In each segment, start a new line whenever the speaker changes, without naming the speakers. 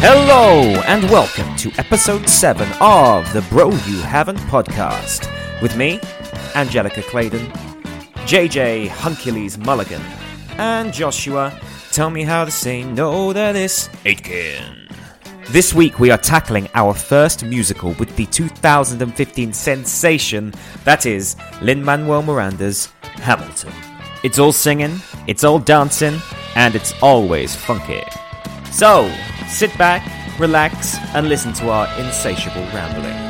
Hello, and welcome to episode 7 of the Bro You Haven't podcast with me, Angelica Clayton, JJ Hunkiles Mulligan, and Joshua. Tell me how to say no to this Aitken. This week we are tackling our first musical with the 2015 sensation that is Lin Manuel Miranda's Hamilton. It's all singing, it's all dancing, and it's always funky. So, sit back, relax, and listen to our insatiable rambling.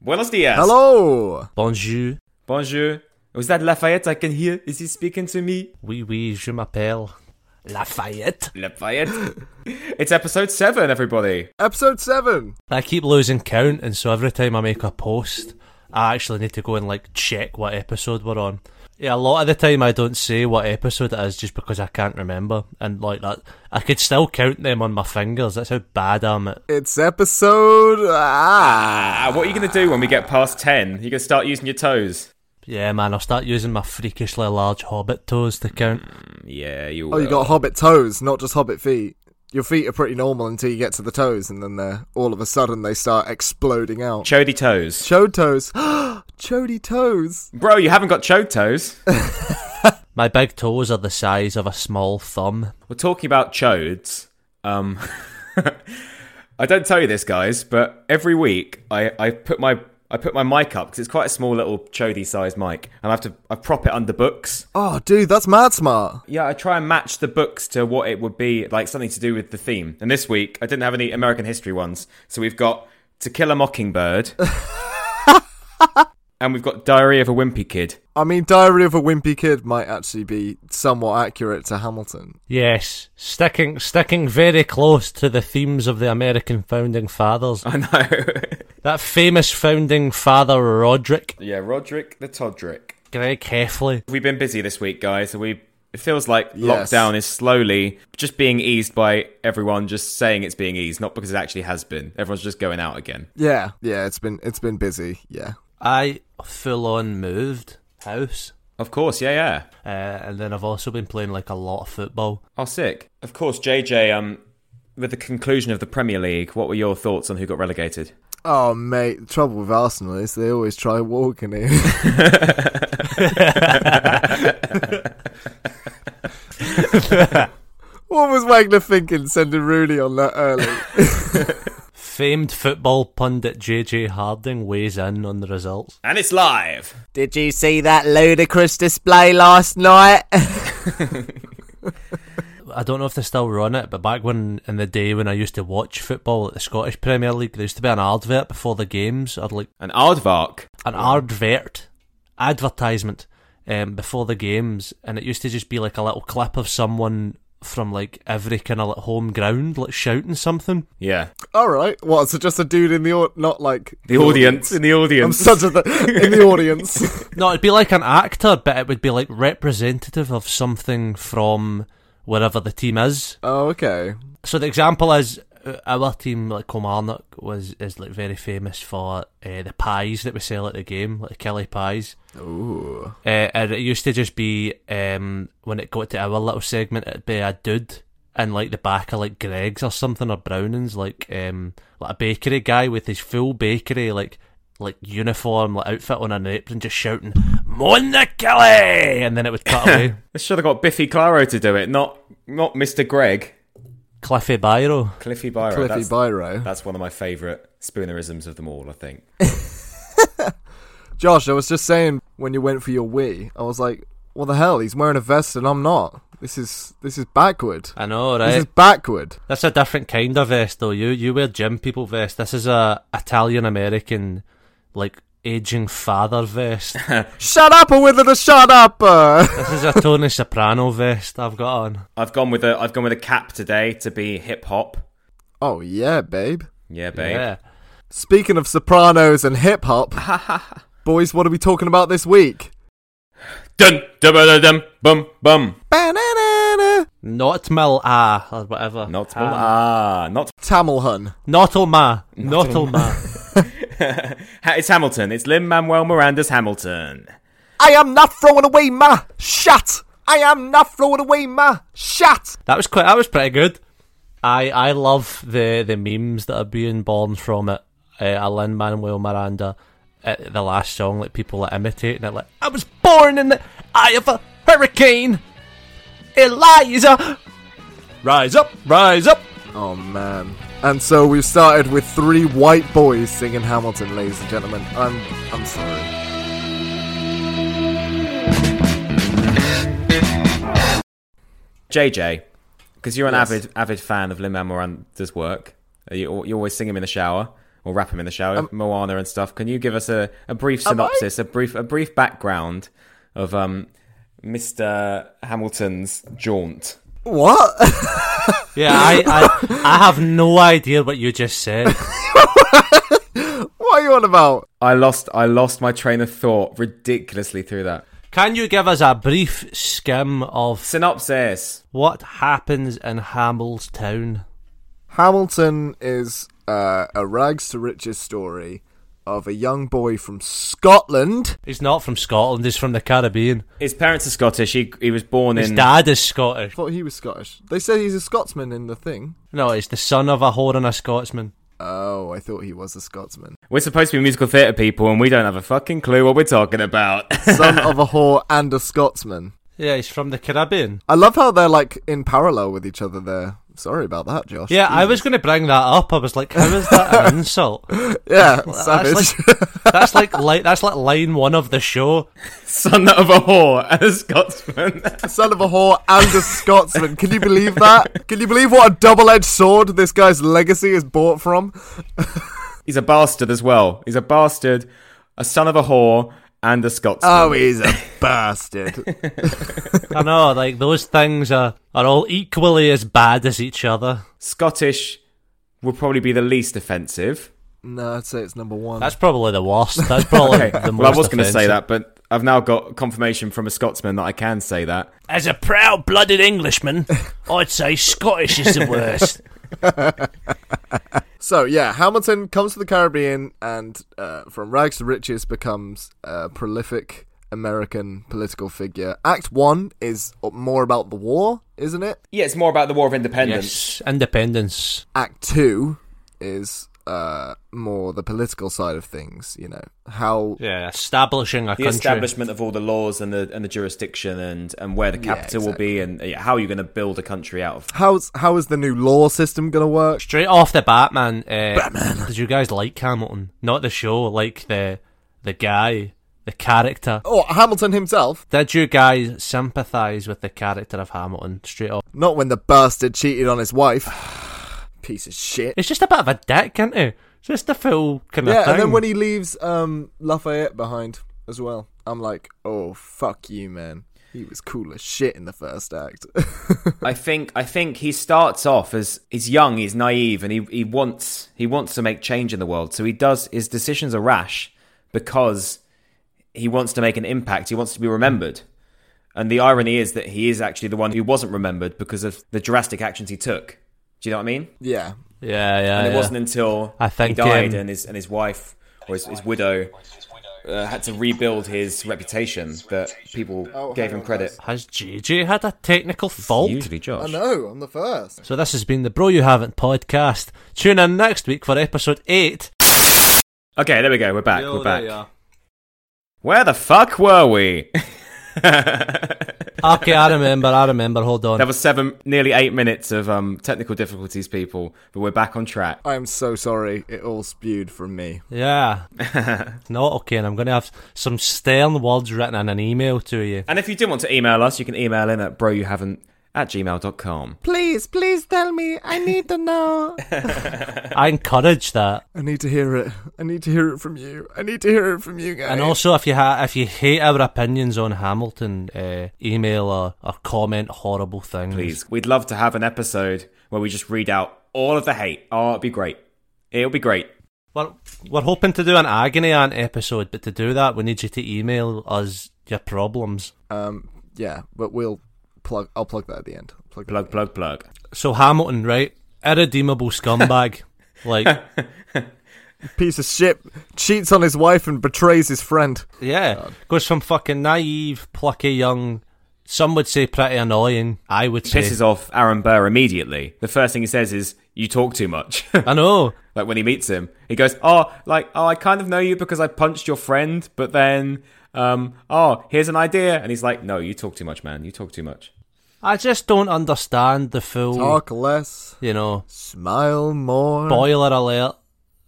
Buenos dias.
Hello.
Bonjour,
Bonjour. Was that Lafayette I can hear? Is he speaking to me?
oui, oui, je m'appelle.
Lafayette.
Lafayette. it's episode 7, everybody.
Episode seven.
I keep losing count, and so every time I make a post, I actually need to go and like check what episode we're on. Yeah, a lot of the time I don't say what episode it is just because I can't remember, and like that, I could still count them on my fingers. That's how bad I'm at.
It's episode ah.
Ah, what are you going to do when we get past 10? You're going to start using your toes.
Yeah, man, I'll start using my freakishly large hobbit toes to count.
Yeah, you
Oh, you got hobbit toes, not just hobbit feet. Your feet are pretty normal until you get to the toes, and then they're all of a sudden they start exploding out.
Chody toes.
Chode toes. Chody toes.
Bro, you haven't got chode toes.
My big toes are the size of a small thumb.
We're talking about chodes. Um, I don't tell you this, guys, but every week I, I put my I put my mic up because it's quite a small little chody sized mic, and I have to I prop it under books.
Oh, dude, that's mad smart.
Yeah, I try and match the books to what it would be like something to do with the theme. And this week I didn't have any American history ones, so we've got To Kill a Mockingbird, and we've got Diary of a Wimpy Kid.
I mean, Diary of a Wimpy Kid might actually be somewhat accurate to Hamilton.
Yes, sticking sticking very close to the themes of the American founding fathers.
I know.
That famous founding father Roderick,
yeah, Roderick the Todrick.
Greg Heffley.
We've been busy this week, guys. So we it feels like
Yes.
lockdown is slowly just being eased by everyone just saying it's being eased, not because it actually has been. Everyone's just going out again.
Yeah, yeah, it's been it's been busy. Yeah,
I full on moved house,
Of course, yeah, yeah.
uh, and then I've also been playing like a lot of football.
Oh, sick. Of course, JJ. Um, with the conclusion of the Premier League, what were your thoughts on who got relegated?
Oh mate, the trouble with Arsenal is they always try walking it. what was Wagner thinking sending Rooney on that early?
Famed football pundit JJ Harding weighs in on the results.
And it's live.
Did you see that ludicrous display last night?
I don't know if they still run it, but back when in the day when I used to watch football at the Scottish Premier League, there used to be an advert before the games, or like
And Aardvark.
an advert advertisement um, before the games, and it used to just be like a little clip of someone from like every kind of like home ground, like shouting something.
Yeah,
All right. What? So just a dude in the au- not like
the audience in the
I'm
audience.
such a th- in the audience.
No, it'd be like an actor, but it would be like representative of something from wherever the team is.
oh, okay.
So the example is uh, our team, like Kilmarnock, was is like very famous for uh, the pies that we sell at the game, like Kelly pies.
Ooh.
Uh, and it used to just be um, when it got to our little segment, it'd be a dude in like the back of like Greg's or something or Brownings, like um, like a bakery guy with his full bakery like like uniform, like outfit on an apron, just shouting "Mona Kelly," and then it would cut away.
I should have got Biffy Claro to do it, not not Mr. Greg.
Cliffy Byro.
Cliffy Byron.
Cliffy
that's,
Biro.
that's one of my favourite spoonerisms of them all, I think.
Josh, I was just saying when you went for your Wii, I was like, what the hell? He's wearing a vest and I'm not. This is this is backward.
I know,
This is
right?
backward.
That's a different kind of vest, though. You you wear gym people vest. This is a Italian American, like aging father vest.
Shut up, or with the shut up. uh.
this is a Tony Soprano vest I've got on.
I've gone with a I've gone with a cap today to be hip hop.
oh yeah, babe.
Yeah, babe.
Yeah.
Speaking of Sopranos and hip hop, boys, what are we talking about this week?
Dun dum dum dum bum bum.
Banana.
Not mil ah or whatever.
Not bum. Ah, not.
Tamil Hun.
Not ma. Not ma.
Ha- It's Hamilton. It's Lin Manuel Miranda's Hamilton.
I am not throwing away my shat. I am not throwing away my shat.
That was quite. That was pretty good. I I love the the memes that are being born from it. Uh, Lin Manuel Miranda, uh, the last song, like people are imitating it. Like I was born in the eye of a hurricane. Eliza, rise up, rise up.
Oh man. And so we've started with three white boys singing Hamilton, ladies and gentlemen. I'm I'm sorry.
JJ, because you're an
Yes.
avid avid fan of Lin Manuel Miranda's work, uh, you, you always sing him in the shower or rap him in the shower,
Um,
Moana and stuff. Can you give us a, a brief synopsis, a brief a brief background of um, Mr. Hamilton's jaunt?
What?
Yeah, I, I I have no idea what you just said.
what are you on about?
I lost I lost my train of thought ridiculously through that
Can you give us a brief skim of
synopsis.
what happens in Hamill's town?
Hamilton is uh, a rags to riches story of a young boy from Scotland.
He's not from Scotland. He's from the Caribbean.
His parents are Scottish. He he was born
His
in
dad is Scottish.
Thought he was Scottish. They said he's a Scotsman in the thing.
No, it's the son of a whore and a Scotsman.
Oh, I thought he was a Scotsman.
We're supposed to be musical theatre people, and we don't have a fucking clue what we're talking about.
Son of a whore and a Scotsman.
Yeah, he's from the Caribbean.
I love how they're like in parallel with each other there. Sorry about that, Josh.
Yeah, I was going to bring that up. I was like, how is that an insult?
Yeah, savage.
That's like, that's like li- that's like line one of the show.
Son of a whore and a Scotsman.
Son of a whore and a Scotsman. Can you believe that? Can you believe what a double edged sword this guy's legacy is bought from?
He's a bastard as well. He's a bastard, a son of a whore, and a Scotsman.
Oh, he's a bastard.
I know, like those things are are all equally as bad as each other.
Scottish would probably be the least offensive.
No, I'd say it's number one.
That's probably the worst. That's probably
Okay.
the most.
well, I was going to say
offensive.
that, but I've now got confirmation from a Scotsman that I can say that.
As a proud blooded Englishman, I'd say Scottish is the worst.
So yeah, Hamilton comes to the Caribbean and uh, from rags to riches becomes a prolific American political figure. Act one is more about the war, isn't it?
Yeah, it's more about the War of Independence.
yes, independence.
Act two is uh, more the political side of things. You know how
Yeah, establishing a
The
country.
establishment of all the laws and the and the jurisdiction and, and where the capital will be and uh, yeah, how you're going to build a country out of.
how's how is the new law system gonna work?
Straight off the Batman. Uh, Did you guys like Hamilton? Not the show, like the the guy, the character.
Oh.
Or Oh, Hamilton himself?
Did you guys sympathise with the character of Hamilton? Straight off,
Not when the bastard cheated on his wife. Piece of shit.
it's just a bit of a dick, isn't he? Just a full kind of
Yeah,
thing.
and then when he leaves um, Lafayette behind as well, I'm like, oh fuck you, man. He was cool as shit in the first act.
I think I think he starts off as he's young, he's naive, and he, he wants he wants to make change in the world. So he does his decisions are rash because he wants to make an impact. He wants to be remembered. And the irony is that he is actually the one who wasn't remembered because of the drastic actions he took. Do you know what I mean?
yeah,
yeah, yeah,
And
yeah.
it wasn't until
Uh, I think,
he died
um,
and his and his wife or his, his widow uh, had to rebuild his reputation that people
Oh,
gave him credit.
Has JJ had a technical fault?
Usually, Josh.
I know. I'm the first.
So this has been the Bro You Haven't podcast. Tune in next week for episode eight.
Okay, there we go. We're back.
Yo,
We're
there
back.
you are.
Where the fuck were we?
okay, I remember. I remember. Hold on.
That was seven, nearly eight minutes of um, technical difficulties, people. But we're back on track.
I am so sorry. It all spewed from me.
Yeah. Not okay, and I'm going to have some stern words written in an email to you.
And if you do want to email us, you can email in at broyouhaven't at gmail.com.
Please, please tell me. I need to know.
I encourage that.
I need to hear it. I need to hear it from you. I need to hear it from you guys.
And also, if you ha- if you hate our opinions on Hamilton, uh, email or, or comment horrible things.
Please. We'd love to have an episode where we just read out all of the hate. Oh, it'd be great. It'll be great.
We're, we're hoping to do an agony aunt episode, but to do that, we need you to email us your problems.
um, yeah, but we'll plug. I'll plug that at the end. Plug. that
Plug,
at
plug, plug.
So Hamilton, right? Irredeemable scumbag. like
piece of shit cheats on his wife and betrays his friend.
Yeah, goes from fucking naive, plucky, young. Some would say pretty annoying. I would say.
Pisses off Aaron Burr immediately. The first thing he says is, "You talk too much."
I know.
like when he meets him, he goes, "Oh, like oh, I kind of know you because I punched your friend, but then." Um, oh, here's an idea. And he's like, no, you talk too much, man. You talk too much.
I just don't understand the full,
Talk less,
you know,
smile more.
boiler alert.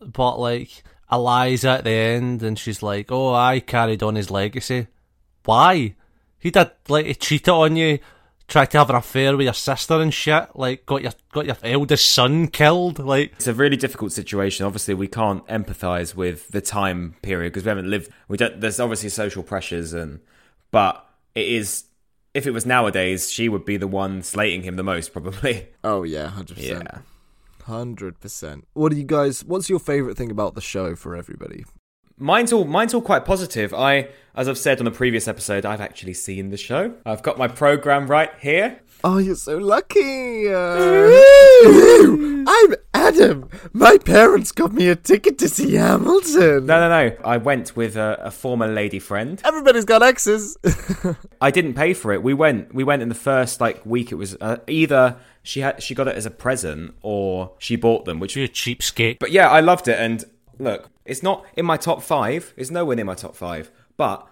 But like Eliza at the end, and she's like, "Oh, I carried on his legacy. Why? He did like he cheated on you, tried to have an affair with your sister and shit. Like got your got your eldest son killed. Like
It's a really difficult situation. Obviously, we can't empathize with the time period because we haven't lived. We don't. There's obviously social pressures, and but it is. If it was nowadays, she would be the one slating him the most, probably.
Oh yeah, hundred percent, hundred percent. What do you guys? What's your favorite thing about the show for everybody?
Mine's all mine's all quite positive. I, as I've said on the previous episode, I've actually seen the show. I've got my program right here.
Oh, you're so lucky. Uh, I'm Adam. My parents got me a ticket to see Hamilton.
No, no, no. I went with a, a former lady friend.
Everybody's got exes.
I didn't pay for it. We went. We went in the first like week. It was uh, either she had she got it as a present or she bought them, which
you cheapskate.
But yeah, I loved it. And look, it's not in my top five. It's nowhere near my top five. But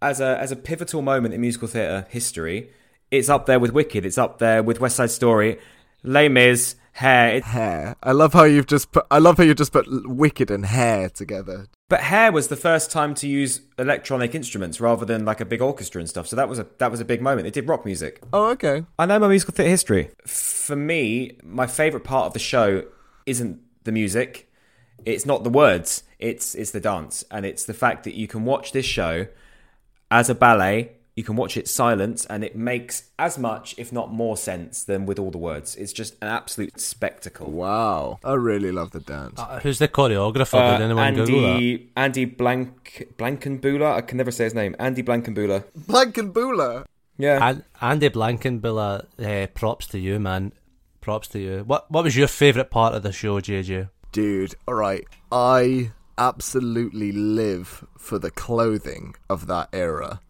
as a as a pivotal moment in musical theatre history, it's up there with Wicked. It's up there with West Side Story, Les Mis, Hair. It-
hair. I love how you've just put. I love how you just put wicked and hair together.
But Hair was the first time to use electronic instruments rather than like a big orchestra and stuff. So that was a that was a big moment. They did rock music.
Oh, okay.
I know my musical theatre history. For me, my favourite part of the show isn't the music. It's not the words. It's it's the dance, and it's the fact that you can watch this show as a ballet. You can watch it silent, and it makes as much, if not more, sense than with all the words. It's just an absolute spectacle.
Wow. I really love the dance.
Uh, who's the choreographer?
Uh,
Did anyone Google that?
Uh, Andy Andy Blank Blankenbuehler. I can never say his name. Andy Blankenbuehler.
Blank and Bula.
Yeah.
An- Andy Blankenbiller, uh, props to you, man. Props to you. What What was your favourite part of the show, JJ?
Dude, all right. I absolutely live for the clothing of that era.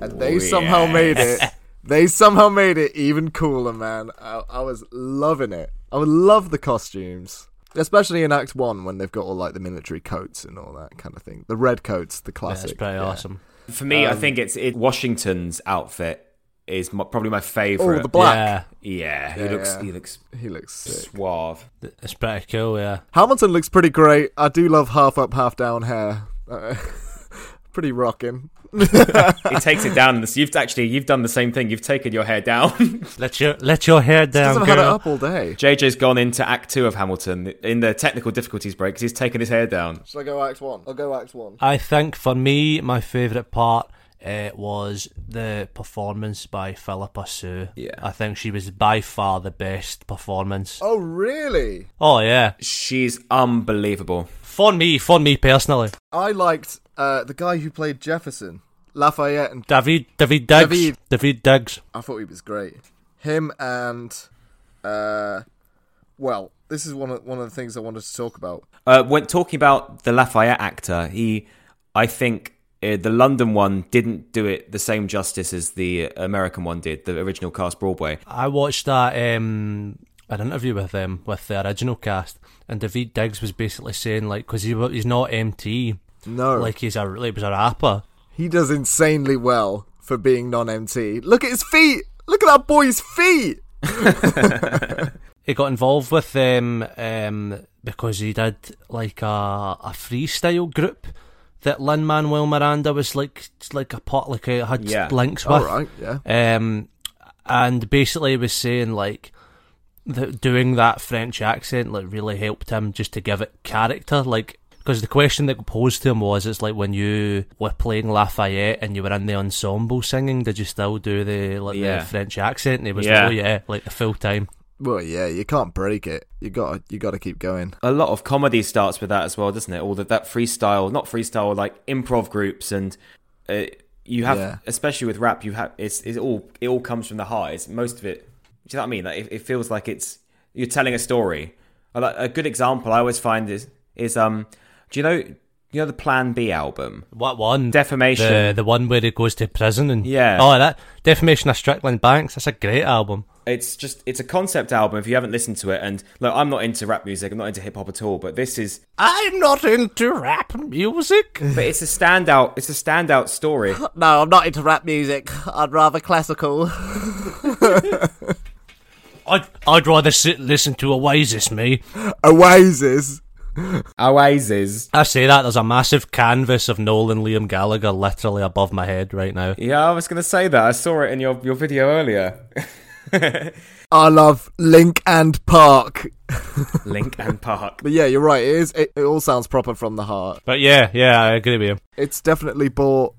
And they somehow made it. They somehow made it even cooler, man. I, I was loving it. I would love the costumes, especially in Act One when they've got all like the military coats and all that kind of thing. The red coats, the classic.
That's pretty
yeah.
awesome.
For me, I
um,
think it's it, Washington's outfit is my, probably my
Oh,
favourite.
the black.
Yeah,
Yeah, he looks
yeah.
he looks
He looks sick.
suave.
th- it's pretty cool. Yeah,
Hamilton looks pretty great. I do love half up, half down hair. Uh, pretty rocking.
He takes it down. You've actually you've done the same thing. You've taken your hair down.
let your let your hair down,
Because I've had
girl.
it up all day.
JJ's gone into Act Two of Hamilton in the technical difficulties break 'cause he's taken his hair down.
Should I go act one? I'll go act one.
I think for me, my favourite part uh, was the performance by Philippa Sue.
Yeah.
I think she was by far the best performance.
Oh, really?
Oh yeah,
She's unbelievable.
for me, for me personally,
I liked uh, the guy who played Jefferson, Lafayette, and
David David Diggs,
David.
David, Diggs.
I thought he was great. Him and, uh, well, this is one of one of the things I wanted to talk about.
Uh, when talking about the Lafayette actor, he, I think uh, the London one didn't do it the same justice as the American one did, the original cast Broadway.
I watched that um, an interview with them with the original cast, and David Diggs was basically saying like, because he, wa- he's not MT,
No,
like he's a like he was a rapper.
he does insanely well for being non-MT. Look at his feet. Look at that boy's feet.
He got involved with them um, because he did like a, a freestyle group that Lin Manuel Miranda was like like a pot like uh, had
Yeah.
links
All
with.
right, yeah.
Um, and basically was saying like that doing that French accent like really helped him just to give it character, like. Because the question that posed to him was, it's like when you were playing Lafayette and you were in the ensemble singing, did you still do the like
Yeah.
the French accent? And he was
Yeah.
like, oh yeah, like the full time.
Well, yeah, you can't break it. You got you got to keep going.
a lot of comedy starts with that as well, doesn't it? All that that freestyle, not freestyle, like improv groups, and uh, you have,
Yeah.
especially with rap, you have it's, it's all it all comes from the heart. It's most of it. Do you know what I mean? Like it, it feels like it's you're telling a story. A, like, a good example I always find is is um, do you know you know the Plan B album,
What one?
Defamation?
the the one where he goes to prison and
Yeah.
Oh, that defamation of Strickland Banks. That's a great album.
it's just it's a concept album. If you haven't listened to it, and look, I'm not into rap music, I'm not into hip hop at all, but this is
I'm not into rap music.
but it's a standout. It's a standout story.
No, I'm not into rap music. I'd rather classical.
I'd I'd rather sit and listen to Oasis, me.
Oasis.
Oasis.
I say that there's a massive canvas of Nolan Liam Gallagher literally above my head right now.
Yeah, I was gonna say that. I saw it in your your video earlier.
I love Link and Park.
Link and Park.
But yeah, you're right. It is. It, it all sounds proper from the heart.
But yeah, yeah, I agree with you.
It's definitely bought.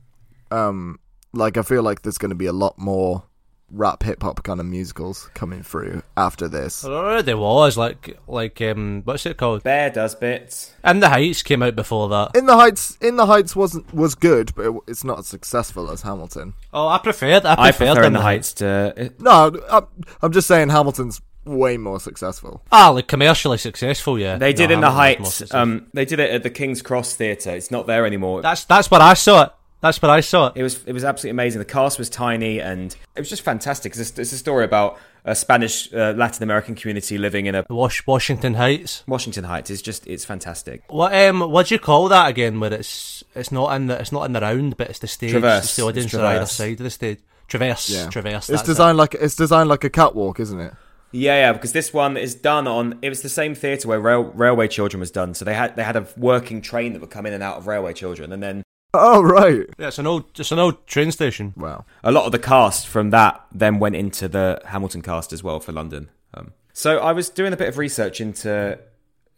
Um, like I feel like there's going to be a lot more rap hip hop kind of musicals coming through after this.
There already was like like um what's it called?
Bear does bits.
And the Heights came out before that.
In the Heights, In the Heights wasn't was good, but it, it's not as successful as Hamilton.
Oh, I preferred I
I
preferred
prefer
them
in the heights to.
No, I'm, I'm just saying Hamilton's way more successful.
Ah, like commercially successful, yeah.
They did
No,
in the
Hamilton was more
heights.
successful.
Um, they did it at the King's Cross Theatre. It's not there anymore.
that's that's what I saw it. That's what I saw it.
it was it was absolutely amazing. The cast was tiny and it was just fantastic. 'cause It's, it's a story about a Spanish uh, Latin American community living in a
Wash Washington Heights.
Washington Heights. It's just it's fantastic.
What um what do you call that again? Where it's it's not in the it's not in the round, but it's the stage.
Traverse.
It's the audience
It's
are either
traverse.
side of the stage. Traverse.
Yeah,
Traverse.
It's
that's it.
designed like it's designed like a catwalk, isn't it?
Yeah, yeah, because this one is done on it was the same theatre where rail, Railway Children was done. So they had they had a working train that would come in and out of Railway Children, and then
Oh right.
Yeah, it's an old it's an old train station.
Wow.
a lot of the cast from that then went into the Hamilton cast as well for London. Um, so I was doing a bit of research into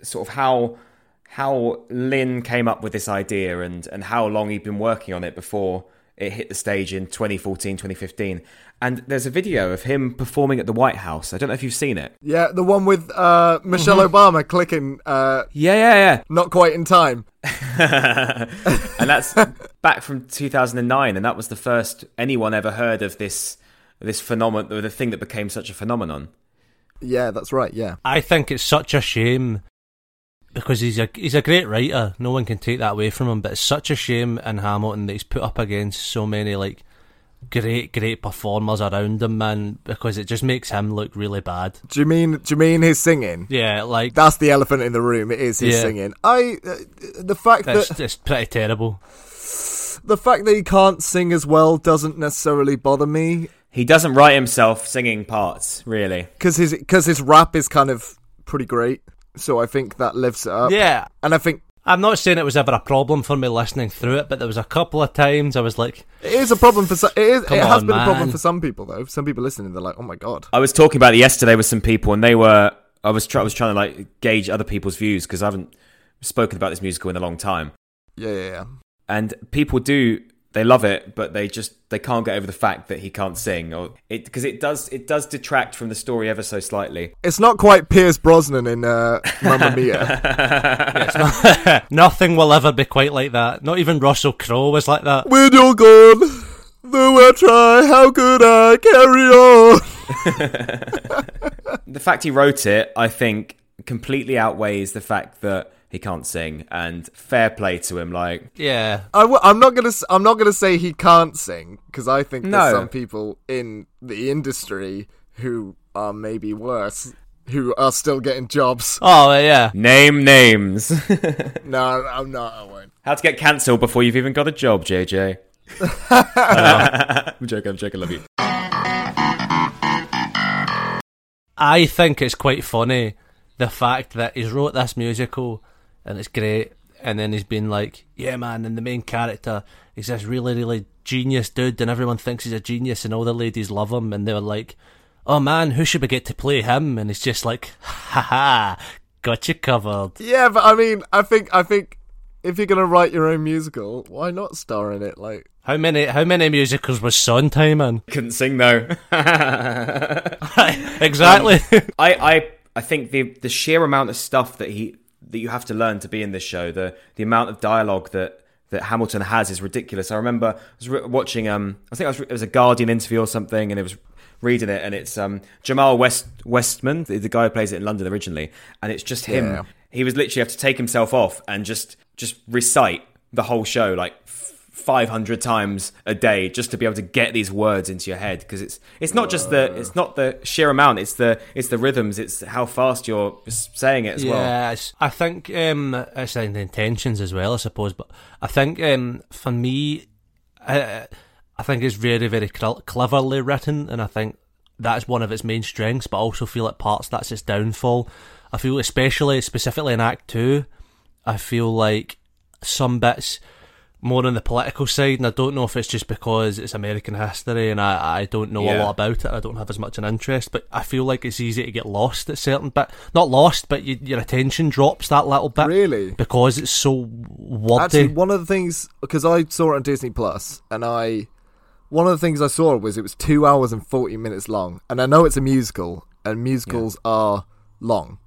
sort of how how Lynn came up with this idea and and how long he'd been working on it before it hit the stage in 2014 2015 and there's a video of him performing at the White House. I don't know if you've seen it.
Yeah, the one with uh, Michelle Obama clicking uh,
Yeah, yeah, yeah.
not quite in time.
and that's back from 2009 and that was the first anyone ever heard of this this phenomenon the thing that became such a phenomenon.
Yeah, that's right. Yeah.
I think it's such a shame because he's a he's a great writer. No one can take that away from him. But it's such a shame in Hamilton that he's put up against so many like great great performers around him, man. Because it just makes him look really bad.
Do you mean do you mean his singing?
Yeah, like
That's the elephant in the room. It is his
Yeah.
singing. I uh, the fact
that's
that
it's pretty terrible.
the fact that he can't sing as well doesn't necessarily bother me
He doesn't write himself singing parts, really.
because his because his rap is kind of pretty great. So I think that lifts it up.
Yeah,
And I think
I'm not saying it was ever a problem for me listening through it, but there was a couple of times I was like,
it is a problem for some, it is
Come
it has
on,
been a problem
man.
for some people though. Some people listening, they're like, oh my god.
I was talking about it yesterday with some people, and they were. I was try, I was trying to like gauge other people's views because I haven't spoken about this musical in a long time,
Yeah, yeah, yeah.
and people do they love it, but they just they can't get over the fact that he can't sing, or it because it does it does detract from the story ever so slightly.
It's not quite Piers Brosnan in uh, Mamma Mia.
nothing will ever be quite like that. Not even Russell Crowe was like that.
when you're gone, though I try, how could I carry on?
The fact he wrote it, I think, completely outweighs the fact that he can't sing. And fair play to him, like
Yeah,
I w- I'm not gonna. s- I'm not gonna say he can't sing because I think there's
No.
some people in the industry who are maybe worse, who are still getting jobs.
oh yeah.
name names.
No, I'm not. I won't.
How to get cancelled before you've even got a job, JJ. I'm joking, I'm joking, love you.
I think it's quite funny the fact that he's wrote this musical and it's great, and then he's been like, "Yeah, man," and the main character is this really, really genius dude, and everyone thinks he's a genius, and all the ladies love him, and they were like, "Oh man, who should we get to play him?" And he's just like, "Ha ha, got you covered."
Yeah, but I mean, I think. I think if you're gonna write your own musical, why not star in it? Like,
How many how many musicals was Sondheim in?
Couldn't sing though.
exactly.
I, I I think the the sheer amount of stuff that he that you have to learn to be in this show, the the amount of dialogue that that Hamilton has is ridiculous. I remember I was re- watching um I think I was re- it was a Guardian interview or something, and it was reading it, and it's um Jamal West Westman, the, the guy who plays it in London originally, and it's just him.
Yeah.
he was literally have to take himself off and just just recite the whole show like f- 500 times a day just to be able to get these words into your head because it's it's not just the it's not the sheer amount it's the it's the rhythms it's how fast you're s- saying it as well
Yes, I think um, it's in the intentions as well, I suppose. But I think um, for me, I, I think it's very, very cl- cleverly written, and I think that's one of its main strengths. But I also feel at parts that's its downfall. I feel, especially specifically in Act Two, I feel like some bits more on the political side, and I don't know if it's just because it's American history and I, I don't know a
Yeah.
lot about it. I don't have as much an interest, but I feel like it's easy to get lost at certain bit. Not lost, but you, your attention drops that little bit
Really?
because it's so wordy.
Actually, one of the things because I saw it on Disney Plus, and I one of the things I saw was it was two hours and forty minutes long, and I know it's a musical, and musicals are long.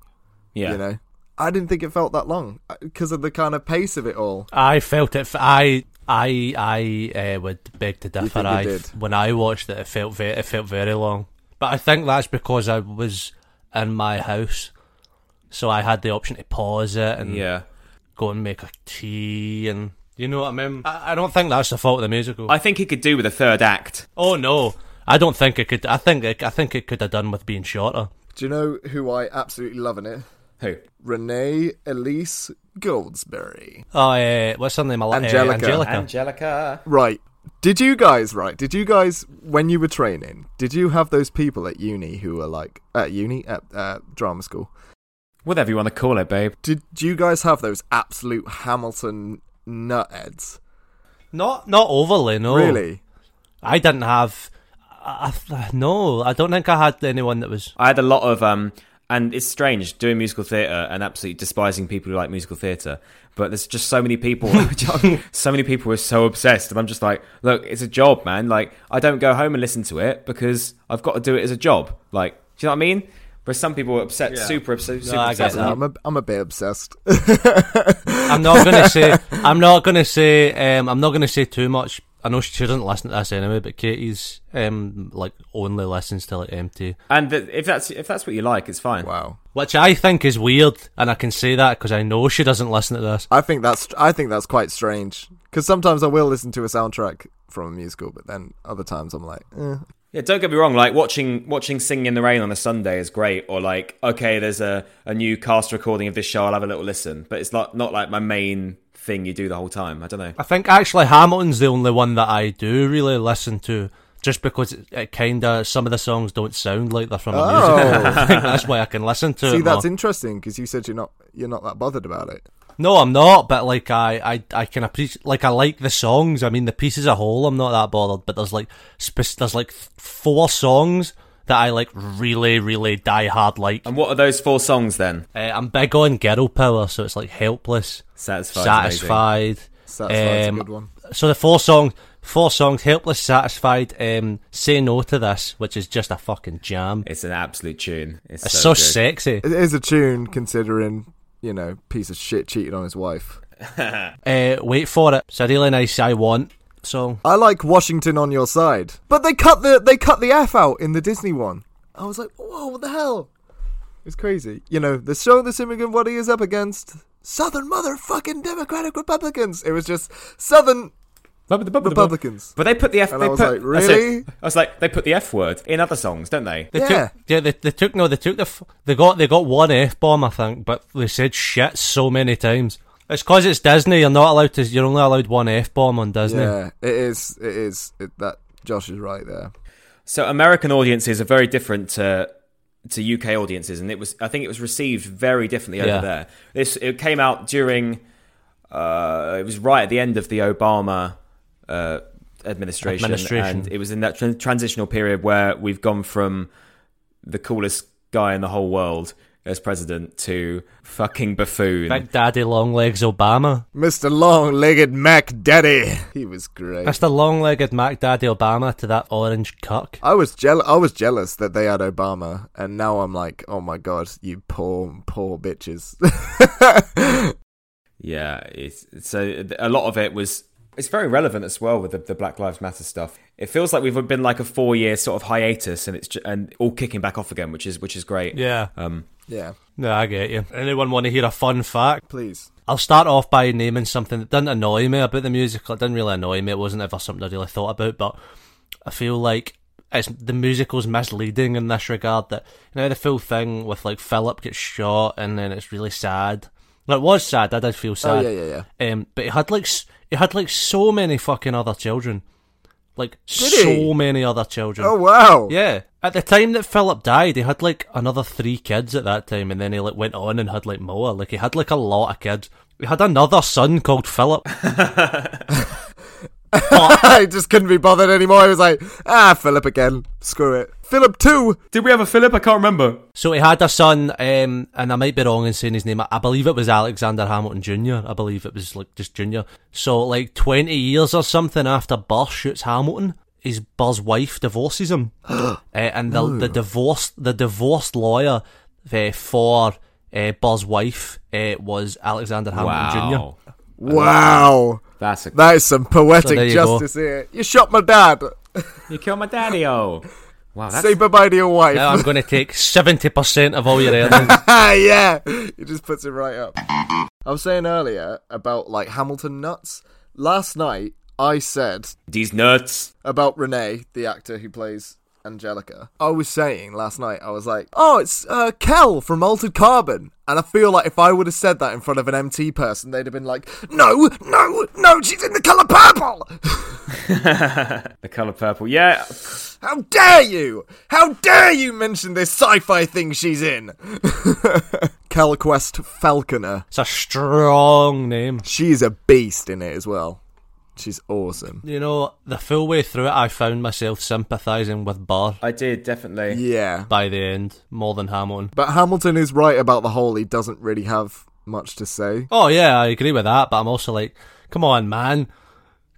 yeah
You know, I didn't think it felt that long because of the kind of pace of it all.
I felt it. F- I I I uh, would beg to differ.
think you
I
did?
when I watched it, it felt very, it felt very long. But I think that's because I was in my house, so I had the option to pause it and
yeah
go and make a tea and you know what I mean. I, I don't think that's the fault of the musical.
i think he could do with a third act
oh no, I don't think it could. I think it, I think it could have done with being shorter.
Do you know who I absolutely love in it?
who
Renee Elise Goldsberry.
Oh, uh, what's her name? Al- uh,
Angelica.
Angelica.
angelica
Right. Did you guys right? Did you guys when you were training? Did you have those people at uni who were like at uni at uh, drama school?
whatever you want to call it babe
Did you guys have those absolute Hamilton nutheads?
not not overly. No,
Really?
I didn't have. I, I, no, I don't think I had anyone that was.
I had a lot of um and it's strange doing musical theatre and absolutely despising people who like musical theatre. But there's just so many people, so many people who are so obsessed, and I'm just like, look, it's a job, man. Like I don't go home and listen to it because I've got to do it as a job. Like, do you know what I mean? Whereas some people are upset, super obsessed, super
I get
obsessed.
that.
I'm a, I'm a bit obsessed.
I'm not gonna say. I'm not gonna say. Um, I'm not gonna say too much. I know she shouldn't listen to this anyway, but Katie's um like only listens to like empty,
And th- if that's if that's what you like, it's fine.
wow.
which I think is weird, and I can say that because I know she doesn't listen to this.
I think that's I think that's quite strange because sometimes I will listen to a soundtrack from a musical, but then other times I'm like, eh.
Yeah, don't get me wrong. Like watching watching Singing in the Rain on a Sunday is great, or like okay, there's a, a new cast recording of this show. I'll have a little listen, but it's not not like my main thing you do the whole time. I don't know.
I think actually Hamilton's the only one that I do really listen to, just because it, it kind of some of the songs don't sound like they're from a musical.
oh.
I think that's why I can listen to
See,
it. more.
that's interesting because you said you're not you're not that bothered about it.
No, I'm not. But like, I, I, I can appreciate. Like, I like the songs. I mean, the piece as a whole, I'm not that bothered. But there's like, spec- there's like th- four songs that I like really, really die hard like.
Um,
Uh,
And what are those four songs then?
I'm big on girl power, so it's like helpless,
Satisfied.
satisfied.
Satisfied's a
um,
good one.
So the four songs, four songs, helpless, satisfied. Um, say no to this, which is just a fucking jam.
It's an absolute tune. It's,
It's
so,
so,
good.
sexy.
It is a tune considering you know piece of shit cheated on his wife.
Uh, wait for it. It's a really nice I want song.
I like Washington on your side, but they cut the they cut the F out in the Disney one. I was like, whoa, what the hell? It's crazy. You know, the show the immigrant what he is up against. Southern motherfucking Democratic Republicans. It was just Southern Republicans.
But they put the F.
And
they
I was
put,
like,
that's it.
really?
I was like, they put the F word in other songs, don't they?
They
Yeah.
took, yeah, they, they took no, they took the f- they got they got one f bomb, I think, but they said shit so many times. It's because it's Disney. You're not allowed to. You're only allowed one f bomb on Disney.
Yeah, it is. It is it, that Josh is right there.
So American audiences are very different to to UK audiences, and it was I think it was received very differently over
Yeah.
there. This it came out during uh, it was right at the end of the Obama uh, administration,
Administration.
and it was in that tran- transitional period where we've gone from the coolest guy in the whole world as president to fucking buffoon.
Big Daddy Long Legs Obama,
Mr. Long Legged Mac Daddy. He was great.
Mister Long Legged Mac Daddy Obama to that orange cuck.
I was jealous. I was jealous that they had Obama, and now I'm like, oh my god, you poor, poor bitches.
Yeah, it's, so a lot of it was It's very relevant as well with the, the Black Lives Matter stuff. It feels like we've been like a four year sort of hiatus, and it's ju- and all kicking back off again, which is which is great.
Yeah.
Um,
Yeah,
No, I get you. Anyone want to hear a fun fact?
please.
I'll start off by naming something that didn't annoy me about the musical. It didn't really annoy me. It wasn't ever something I really thought about, but I feel like it's the musical's misleading in this regard. That you know the full thing with like Philip gets shot and then it's really sad. Well, it was sad. I did feel
Oh
sad.
yeah, yeah, yeah.
Um, but he had like s- he had like so many fucking other children, like
Did
so
he?
many other children.
Oh wow.
Yeah. At the time that Philip died, he had like another three kids at that time, and then he like went on and had like more. Like he had like a lot of kids. He had another son called Philip.
I just couldn't be bothered anymore. I was like, ah, Philip again. Screw it. Philip
Uh,
two.
Did we have a Philip? I can't remember.
So he had a son, um, and I might be wrong in saying his name. I- I believe it was Alexander Hamilton Jr. I believe it was like just Jr. So like twenty years or something after Burr shoots Hamilton, his Burr's wife divorces him, uh, and the the divorce the divorced lawyer uh, for uh, Burr's wife uh, was Alexander Hamilton Jr.
Wow,
Wow.
that's a
That is some
So
poetic
there you go.
justice here. You shot my dad.
you killed my daddy. Oh, wow, that's
Say bye bye to your wife.
Now I'm going to take 70% of all your earnings.
Ah, yeah. It just puts it right up. I was saying earlier about like Hamilton nuts. Last night, I said
these nuts.
about Renee, the actor who plays Angelica. I was saying last night, I was like, "Oh, it's uh, Kel from Altered Carbon," and I feel like if I would have said that in front of an MT person, they'd have been like, "No, no, no, she's in the color purple!
The color purple. Yeah,
How dare you? How dare you mention this sci-fi thing she's in?" Kel Quest Falconer.
It's a strong name.
She is a beast in it as well. She's awesome.
You know, the full way through it, I found myself sympathising with Barr
I did definitely.
Yeah.
by the end, more than Hamilton.
But Hamilton is right about the whole he doesn't really have much to say.
Oh, yeah, I agree with that, but I'm also like, come on, man.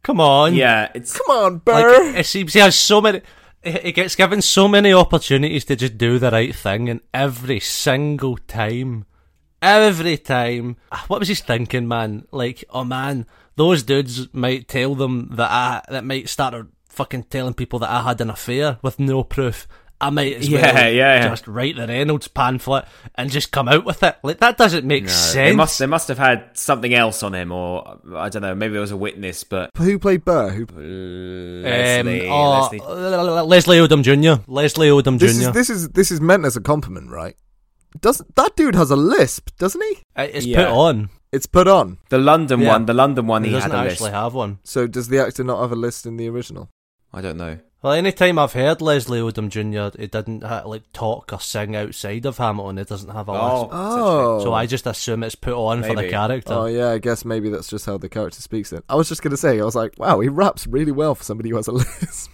Come on.
Yeah, it's
Come on,
Like,
Burr.
it, it seems he has so many. He he gets given so many opportunities to just do the right thing, and every single time, every time, Ah, what was his thinking, man? Like, oh man, those dudes might tell them that I that might start uh, fucking telling people that I had an affair with no proof. I might as well
Yeah, yeah, yeah.
just write the Reynolds pamphlet and just come out with it. Like that doesn't make
They
sense.
must they must have had something else on him, or I don't know. Maybe there was a witness, but uh,
Who played Burr? Who...
Leslie,
um, oh,
Leslie.
Leslie Odom Jr. Leslie Odom Jr.
This is this is this is meant as a compliment, right? Does that dude has a lisp, doesn't he?
Uh, it's
Yeah.
put on.
It's put on.
the London
Yeah.
one, the London one. He,
he
had
doesn't
a
actually
list.
have one.
So does the actor not have a list in the original?
I don't know.
Well, any time I've heard Leslie Odom Jr., it didn't uh, like talk or sing outside of Hamilton. It doesn't have a list,
Oh.
so I just assume it's put on for the
Maybe.
character.
Oh yeah, I guess maybe that's just how the character speaks then. I was just gonna say, I was like, wow, he raps really well for somebody who has a lisp.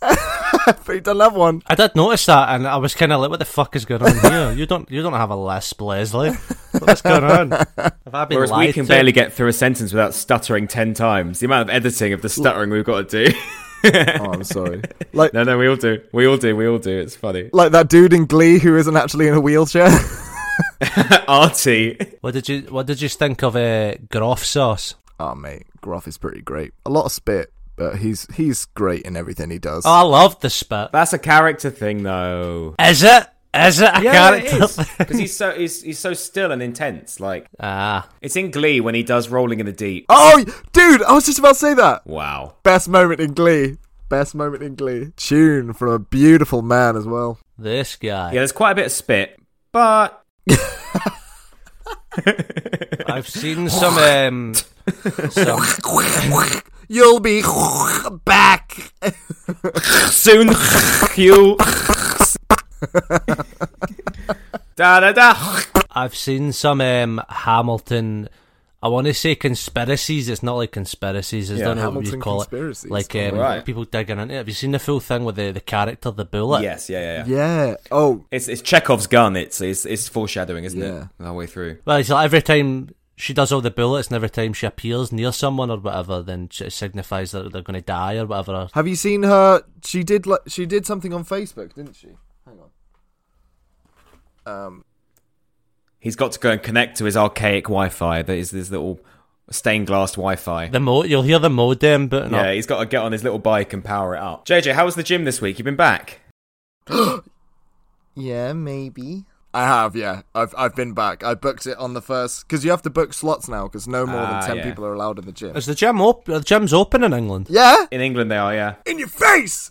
but he doesn't have one.
I did notice that, and I was kind of like, "What the fuck is going on here? You don't, you don't have a lisp, Leslie. What's going on? Have I been
Whereas
lied
we can
to?
barely get through a sentence without stuttering ten times. The amount of editing of the stuttering we've got to do.
Oh, I'm sorry. Like
no, no, we all do. We all do. We all do. It's funny.
like that dude in Glee who isn't actually in a wheelchair.
Artie.
What did you, what did you think of uh, Groff sauce?
oh mate, Groff is pretty great. A lot of spit, but he's he's great in everything he does.
Oh, I loved the spit.
That's a character thing, though.
Is it? Is it a character?
because he's so he's, he's so still and intense. Like
ah,
it's in Glee when he does Rolling in the Deep.
Oh, dude, I was just about to say that.
Wow.
Best moment in Glee. Best moment in Glee. Tune from a beautiful man as well.
this guy.
Yeah, there's quite a bit of spit, but
I've seen some um, some
You'll be back.
soon you da da da
I've seen some um, Hamilton. I want to say conspiracies. It's not like conspiracies. I don't know what
Hamilton
you call
conspiracies.
it. Like um,
Alright.
people digging into it. Have you seen the full thing with the, the character, the bullet?
yes yeah, yeah yeah
Yeah. Oh,
it's it's chekhov's gun it's it's, it's foreshadowing isn't
Yeah.
it the whole way through
Well, it's like every time she does all the bullets, and every time she appears near someone or whatever, then it signifies that they're going to die or whatever.
have you seen her? She did like she did something on Facebook, didn't she? Hang Um, on. Um.
he's got to go and connect to his archaic wi-fi that is this little Stained glass Wi-Fi.
The mo- you'll hear the modem button
yeah,
up.
he's got to get on his little bike and power it up. JJ, how was the gym this week? You've been back.
Yeah, maybe. I have, yeah. I've I've been back. I booked it on the first because you have to book slots now because no more
Ah,
than ten
yeah.
people are allowed in the gym.
Is the gym open? The gym's open in England.
Yeah,
In England, they are. Yeah.
in your face.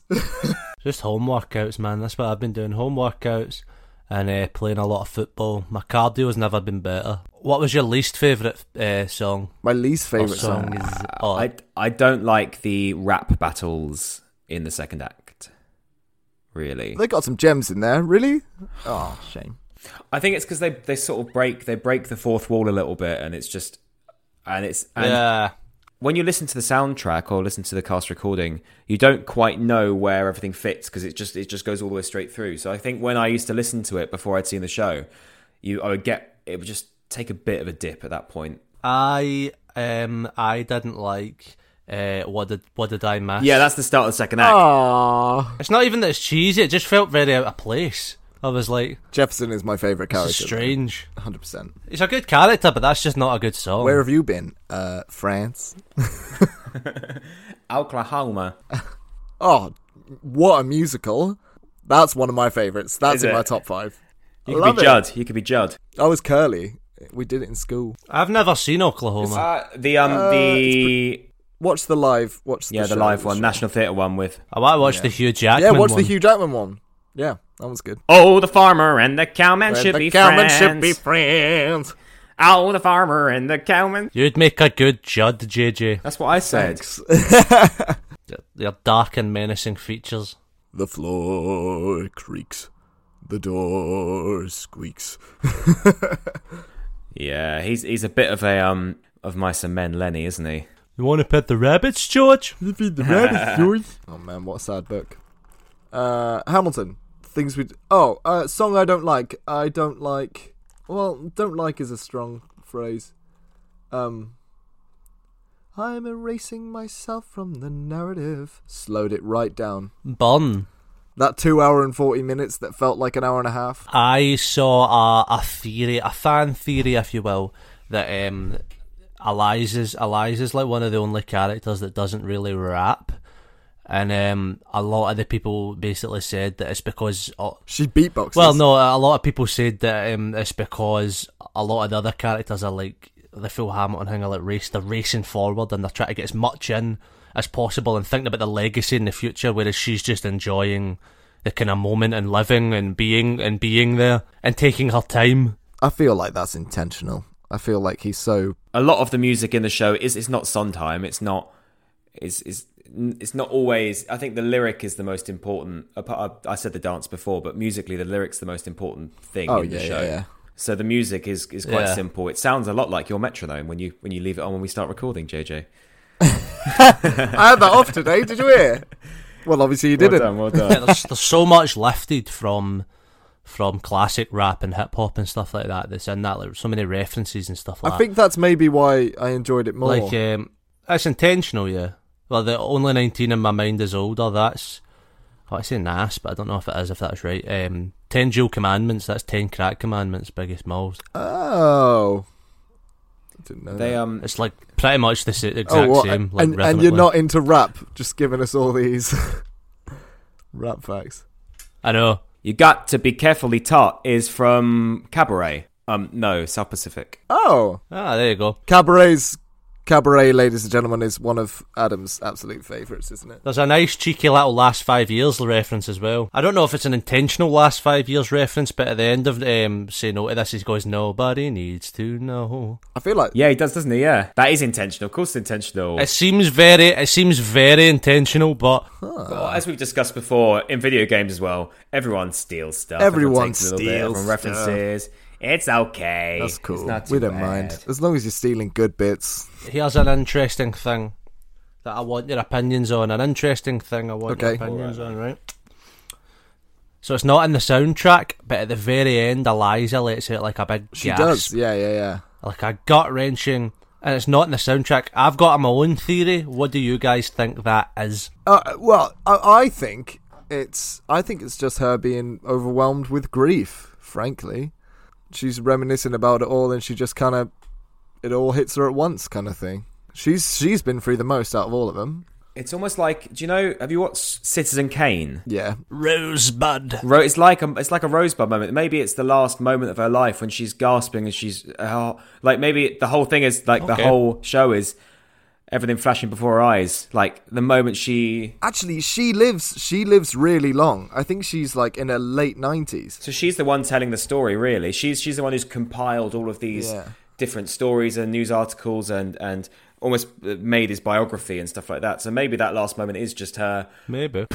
Just home workouts, man. That's what I've been doing. Home workouts and uh, playing a lot of football. My cardio has never been better. What was your least favourite uh, song?
My least
Or
favorite song. Ah,
song is oh,
I I don't like the rap battles in the second act. Really,
They got some gems in there, really. Oh, shame.
I think it's because they they sort of break they break the fourth wall a little bit, and it's just and it's and
yeah.
when you listen to the soundtrack or listen to the cast recording, you don't quite know where everything fits because it just it just goes all the way straight through. So I think when I used to listen to it before I'd seen the show, you I would get it would just take a bit of a dip at that point.
I um I didn't like uh what did what did I miss?
Yeah, that's the start of the second act.
Ah,
it's not even that it's cheesy. It just felt very out of place. I was like,
Jefferson is my favorite
this is
character.
strange.
Hundred percent.
It's a good character, but that's just not a good song.
Where have you been? Uh, France.
Oklahoma.
Oh, what a musical! That's one of my favorites. That's
Is
in
it?
my top five.
You
I
could
love
be
it.
Judd. You could be Judd.
I was curly. We did it in school.
I've never seen Oklahoma.
Uh, the um the
Watch the live. Watch the
yeah the
show,
live
the
one,
show.
National Theatre one with
I want to watch the Hugh
Yeah,
Jackman
watch the
one.
Hugh Jackman one. Yeah, that was good.
Oh, the farmer and the cowman
When
should
the
be
cowman
friends.
should be friends.
Oh, the farmer and the cowman.
You'd make a good Judd, JJ.
That's what I said.
Your dark and menacing features.
The floor creaks. The door squeaks.
Yeah, he's he's a bit of a um of mice and men Lenny, isn't he?
You want to pet the rabbits, George?
Oh man, what a sad book. Uh, Hamilton. Things we. Oh, uh, song I don't like. I don't like. Well, don't like is a strong phrase. Um. I'm erasing myself from the narrative. Slowed it right down.
Burn.
That two hour and 40 minutes that felt like an hour and a half.
I saw a, a theory, a fan theory, if you will, that um, Eliza's Eliza's like one of the only characters that doesn't really rap, and um, a lot of the people basically said that it's because. Uh,
She beatboxes.
well, no, a lot of people said that um, it's because a lot of the other characters are like the full Hamilton thing, are like race. They're racing forward and they're trying to get as much in as possible and thinking about the legacy in the future, whereas she's just enjoying the kind of moment and living and being and being there and taking her time.
I feel like that's intentional. I feel like he's so.
A lot of the music in the show is it's not Sondheim. It's not it's it's it's not always. I think the lyric is the most important. apart- I said the dance before, but musically, the lyric's the most important thing
Oh,
in the
yeah,
show.
yeah, yeah.
So the music is, is quite
Yeah.
simple. It sounds a lot like your metronome when you when you leave it on when we start recording, JJ.
I had that off today. Did you hear? Well, obviously you
Well
didn't.
done, well
Yeah,
done.
there's, there's so much lifted from from classic rap and hip hop and stuff like that. That's in that, like so many references and stuff like
I
that.
think that's maybe why I enjoyed it more.
Like, um, that's intentional, yeah. Well, the only 19 in my mind is older. That's, oh, I say NAS, but I don't know if it is, if that's right. Um, 10 dual commandments, that's 10 crack commandments, biggest malls.
oh, I didn't know.
They
that.
um
It's like pretty much the s- exact
oh, what-
same. Like,
and, and you're
rhythmically.
not into rap, just giving us all these rap facts.
I know.
You got to be carefully taught is from Cabaret. Um, no, South Pacific.
Oh,
Ah, there you go.
cabaret's cabaret, ladies and gentlemen, is one of Adam's absolute favourites, isn't it?
There's a nice cheeky little last five years reference as well. I don't know if it's an intentional last five years reference, but at the end of um, say no to this, he goes, "Nobody needs to know."
I feel like
Yeah, he does, doesn't he? Yeah, that is intentional. Of course, it's intentional.
It seems very, it seems very intentional, but
Well, as we've discussed before in video games as well, everyone steals stuff.
Everyone
takes a little bit,
steals
everyone references. It's okay.
that's cool.
It's not
we
too
don't mind
bad.
as long as you're stealing good bits.
here's an interesting thing that I want your opinions on. An interesting thing I want your
Okay.
opinions on, right? So it's not in the soundtrack, but at the very end, Eliza lets out like a big
She
gasp,
does. Yeah, yeah, yeah.
like a gut wrenching, and it's not in the soundtrack. I've got my own theory. What do you guys think that is?
Uh, well, I, I think it's I think it's just her being overwhelmed with grief. Frankly, she's reminiscing about it all, and she just kind of it all hits her at once kind of thing. She's she's been through the most out of all of them.
It's almost like do you know? Have you watched Citizen Kane?
Yeah,
Rosebud.
Ro- It's like a, it's like a rosebud moment. Maybe it's the last moment of her life when she's gasping and she's uh, like maybe the whole thing is like the
Okay.
whole show is everything flashing before her eyes. Like the moment she
actually, she lives she lives really long. I think she's like in her late nineties.
So she's the one telling the story, really. She's she's the one who's compiled all of these
Yeah.
different stories and news articles and and almost uh, made his biography and stuff like that. So maybe that last moment is just her,
Maybe.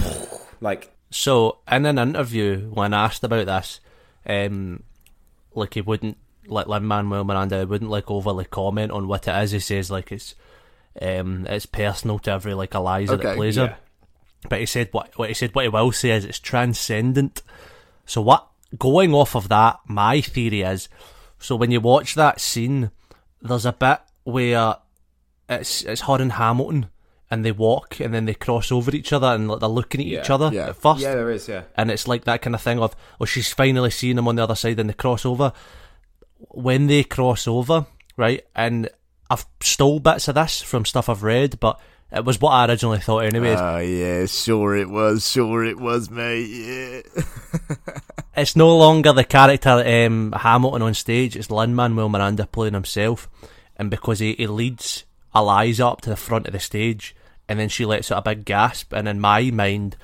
like
So, in an interview, when asked about this, um, like he wouldn't, like Lin Manuel Miranda wouldn't like overly comment on what it is. He says like it's, um, it's personal to every like Eliza
Okay,
that plays
yeah.
her. But he said what what he said what he will say is it's transcendent. So what going off of that, my theory is, so when you watch that scene, there's a bit where it's it's her and Hamilton. And they walk, and then they cross over each other, and like, they're looking at each
Yeah,
other
yeah.
at first
there is, yeah.
and it's like that kind of thing of oh she's finally seeing him on the other side in the crossover when they cross over right and i've stole bits of this from stuff i've read but it was what i originally thought anyway It's-
Oh yeah, sure it was, sure it was, mate. Yeah.
it's no longer the character um, hamilton on stage it's lin manuel miranda playing himself and because he, he leads eliza up to the front of the stage and then she lets out a big gasp and in my mind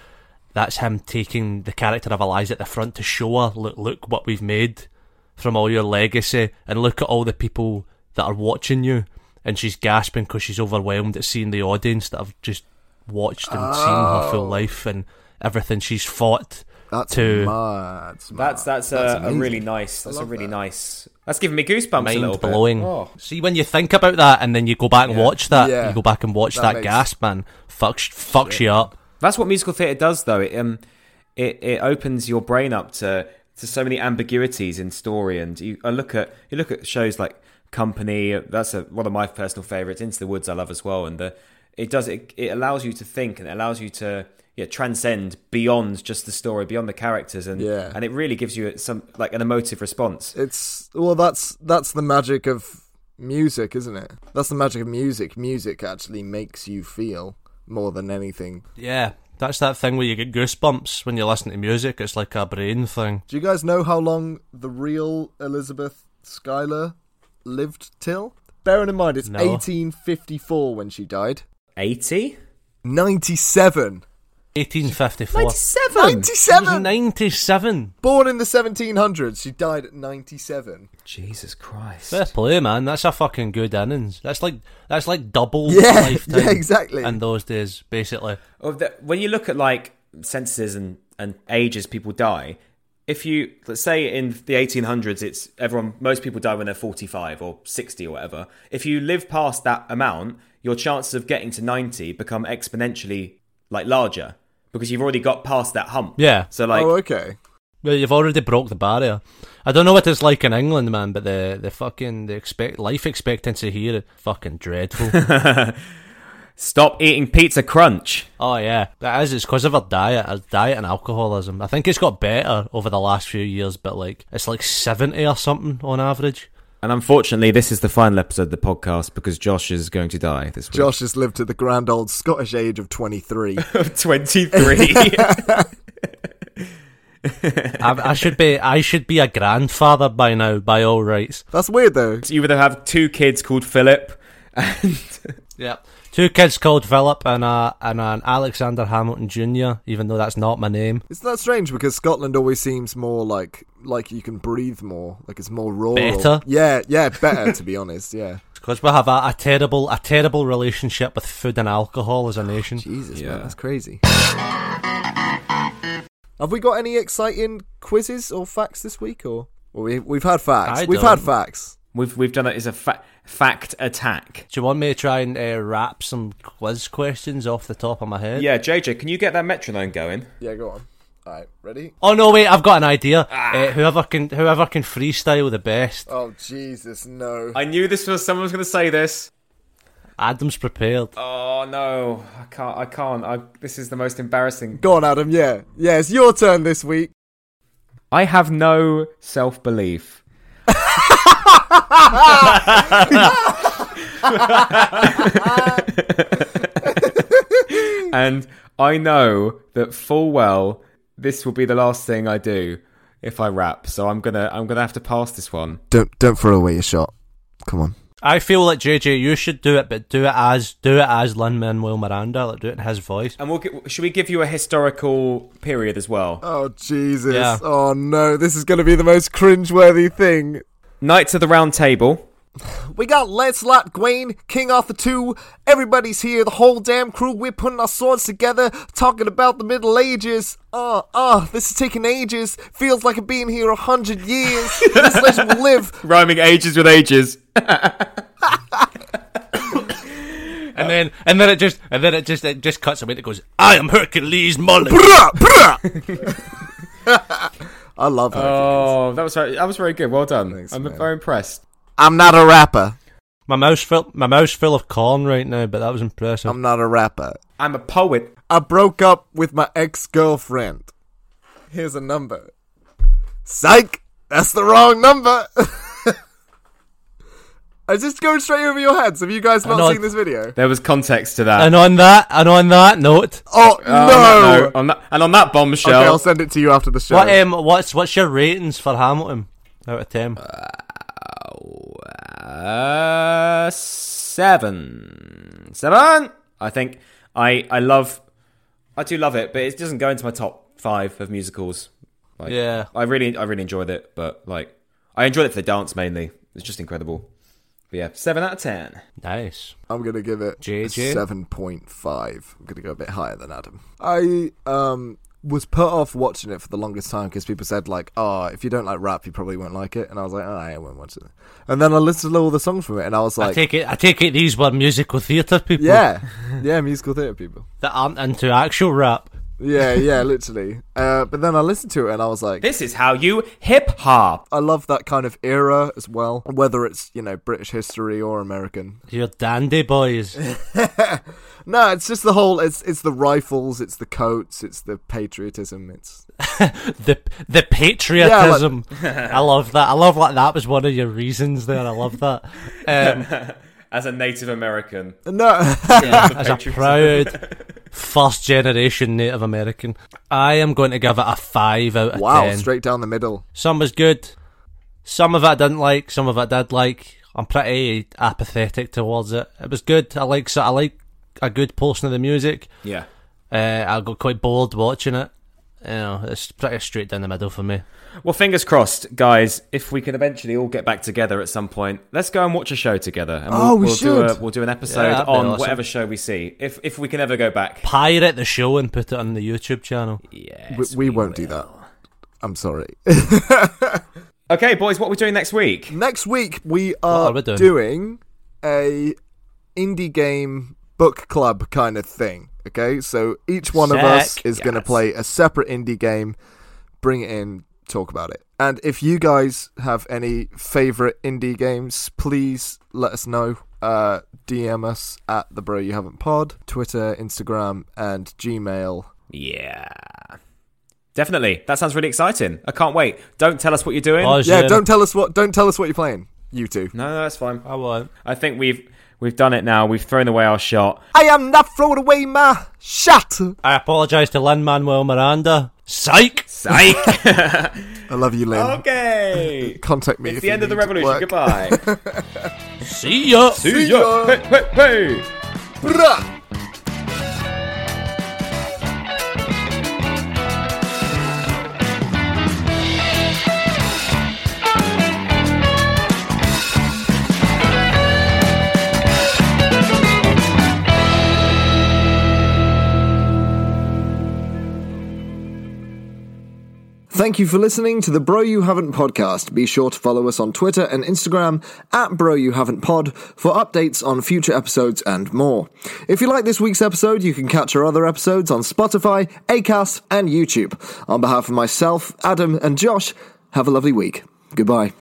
that's him taking the character of Eliza at the front to show her, look, look what we've made from all your legacy, and look at all the people that are watching you. And she's gasping because she's overwhelmed at seeing the audience that have just watched and seen her full life and everything she's fought.
That's
To-
mad.
That's that's, a, a
amazing.
really nice. That's a
love
really
that.
nice. That's giving me goosebumps a little
Mind
bit.
blowing.
Oh.
See, when you think about that, and then you go back and
Yeah.
watch that,
Yeah.
you go back and watch
That
that,
makes-
gasp, man. Fucks, fucks you up.
That's what musical theatre does, though. It um, it it opens your brain up to to so many ambiguities in story, and you I look at you look at shows like Company. That's a, one of my personal favourites. Into the Woods, I love as well, and the it does it it allows you to think and it allows you to yeah transcend beyond just the story, beyond the characters, and
Yeah.
and it really gives you some like an emotive response.
It's well, that's that's the magic of music, isn't it? That's the magic of music. Music actually makes you feel more than anything.
Yeah, that's that thing where you get goosebumps when you listen to music. It's like a brain thing.
Do you guys know how long the real Elizabeth Schuyler lived till? Bearing in mind, it's
No.
1854 when she died.
Eighty
97.
1854.
ninety seven.
97.
97.
Born in the 1700s, she died at 97.
Jesus Christ.
Fair play, man. That's a fucking good innings. That's like that's like double
Yeah,
lifetime.
yeah, exactly.
In those days, basically.
Of the, when you look at like censuses and, and ages people die, if you let's say in the 1800s, it's everyone most people die when they're 45 or 60 or whatever. If you live past that amount, your chances of getting to 90 become exponentially like larger because you've already got past that hump.
Yeah.
So like
oh, okay.
Well, You've already broke the barrier. I don't know what it's like in England, man, but the the fucking the expect life expectancy here, fucking dreadful.
stop eating pizza crunch.
oh yeah, that is. It's because of her diet, her diet and alcoholism. I think it's got better over the last few years, but like it's like seventy or something on average.
And unfortunately, this is the final episode of the podcast because Josh is going to die this week.
Josh has lived to the grand old Scottish age of 23.
of 23.
I, I should be I should be a grandfather by now, by all rights.
That's weird, though.
you would have two kids called Philip and
Yeah. Two kids called Philip and a, and an Alexander Hamilton Jr., even though that's not my name.
Isn't that strange? Because Scotland always seems more like like you can breathe more, like it's more rural.
Better?
Yeah, yeah, better to be honest. Yeah.
Because we have a, a terrible a terrible relationship with food and alcohol as a nation.
Jesus,
Yeah.
man, that's crazy. Have we got any exciting quizzes or facts this week? Or well, we we've had facts.
I
we've had
don't.
facts.
We've we've done it as a fa- fact attack.
Do you want me to try and uh, wrap some quiz questions off the top of my head?
Yeah, JJ, can you get that metronome going?
Yeah, go on. All right, ready?
Oh no, wait! I've got an idea. Uh, whoever can whoever can freestyle the best.
Oh Jesus, no!
I knew this was someone was going to say this.
Adam's prepared.
Oh no, I can't. I can't. I, this is the most embarrassing.
Go on, Adam. Yeah, yeah. It's your turn this week.
I have no self belief. and I know that full well this will be the last thing I do if I rap. So I'm gonna I'm gonna have to pass this one.
Don't don't throw away your shot. Come on.
I feel like JJ, you should do it, but do it as do it as Lin Manuel Miranda, like do it in his voice.
And we'll get, should we give you a historical period as well?
Oh Jesus.
Yeah.
Oh no, this is gonna be the most cringeworthy thing.
Knights of the Round Table.
We got Lancelot, Gawain, King Arthur 2. Everybody's here, the whole damn crew. We're putting our swords together, talking about the Middle Ages. Ah, ah, this is taking ages. Feels like I've been here a hundred years. this legend will live.
Rhyming ages with ages.
And then and then it just and then it just it just cuts away and it goes, I am Hercules Mullen.
Bruh, bruh. I love her.
Oh, that was very, that was very good. Well done.
Thanks,
I'm
man.
very impressed.
I'm not a rapper.
my mouth's full my mouth's full of corn right now, but that was impressive.
I'm not a rapper.
I'm a poet.
I broke up with my ex girlfriend. Here's a number. Psych! That's the wrong number! Is this going straight over your heads? Have you guys
know.
not seen this video?
There was context to that.
and on that and on that note,
Oh,
Uh,
no!
on that note- on that- and on that bombshell,
Okay, I'll send it to you after the show.
what um what's what's your ratings for Hamilton out of ten?
uh, seven, seven. I think I I love, I do love it, but it doesn't go into my top five of musicals. Like,
Yeah.
I really I really enjoyed it, but like I enjoyed it for the dance mainly. It's just incredible. But yeah, seven out of ten.
Nice.
I'm gonna give it
JJ?
seven point five. I'm gonna go a bit higher than Adam. I um was put off watching it for the longest time because people said like, "Oh, if you don't like rap, you probably won't like it," and I was like, oh, "I won't watch it." And then I listened to all the songs from it, and I was
I
like,
take it I take it these were musical theatre people
"Yeah, yeah, musical theater people."
that aren't into actual rap.
Yeah, yeah, literally. Uh, but then I listened to it, and I was like,
This is how you hip hop.
"I love that kind of era as well, whether it's you know British history or American."
Your dandy boys.
No, it's just the whole. It's it's the rifles, it's the coats, it's the patriotism, it's
the the patriotism. I love that. I love like that was one of your reasons there. I love that. Um,
As a Native American,
No,
as a Um, proud first generation Native American, I am going to give it a five out of
wow,
ten.
straight down the middle.
Some was good. Some of it I didn't like. Some of it I did like. I'm pretty apathetic towards it. It was good. I like. so I like a good portion of the music.
yeah.
Uh, I got quite bored watching it. You know, it's pretty straight down the middle for me.
Well, fingers crossed, guys. If we can eventually all get back together at some point, let's go and watch a show together. And
Oh, we
we'll Do a,
should.
we'll do an episode
Yeah, that'd be
on
awesome.
whatever show we see. If if we can ever go back.
Pirate the show and put it on the YouTube channel.
We,
Yes.
we won't do that. I'm sorry.
Okay, boys. What are we doing next week?
Next week we are,
are we doing?
doing a indie game book club kind of thing. Okay, so each one of us
Sick.
is going to play a separate indie game, bring it in, talk about it. And if you guys have any favorite indie games, please let us know. Uh, DM us at the Bro You Haven't Pod, Twitter, Instagram, and Gmail.
Yeah. Definitely. That sounds really exciting. I can't wait. Don't tell us what you're doing.
Buzz
Yeah,
in.
don't tell us what don't tell us what you're playing. You two.
No, no, that's fine.
I won't.
I think we've we've done it now. We've thrown away our shot.
I am not throwing away my shot.
I apologise to Lin Manuel Miranda. Psych!
Psych.
I love you, Lynn.
okay.
Contact me.
It's
if
the
you
end of the
need to
revolution.
work.
Goodbye.
See ya!
See ya. Hey, hey, hey.
Bruh. Thank you for listening to the Bro You Haven't podcast. Be sure to follow us on Twitter and Instagram at Bro You Haven't Pod for updates on future episodes and more. If you like this week's episode, you can catch our other episodes on Spotify, Acast, and YouTube. On behalf of myself, Adam, and Josh, have a lovely week. Goodbye.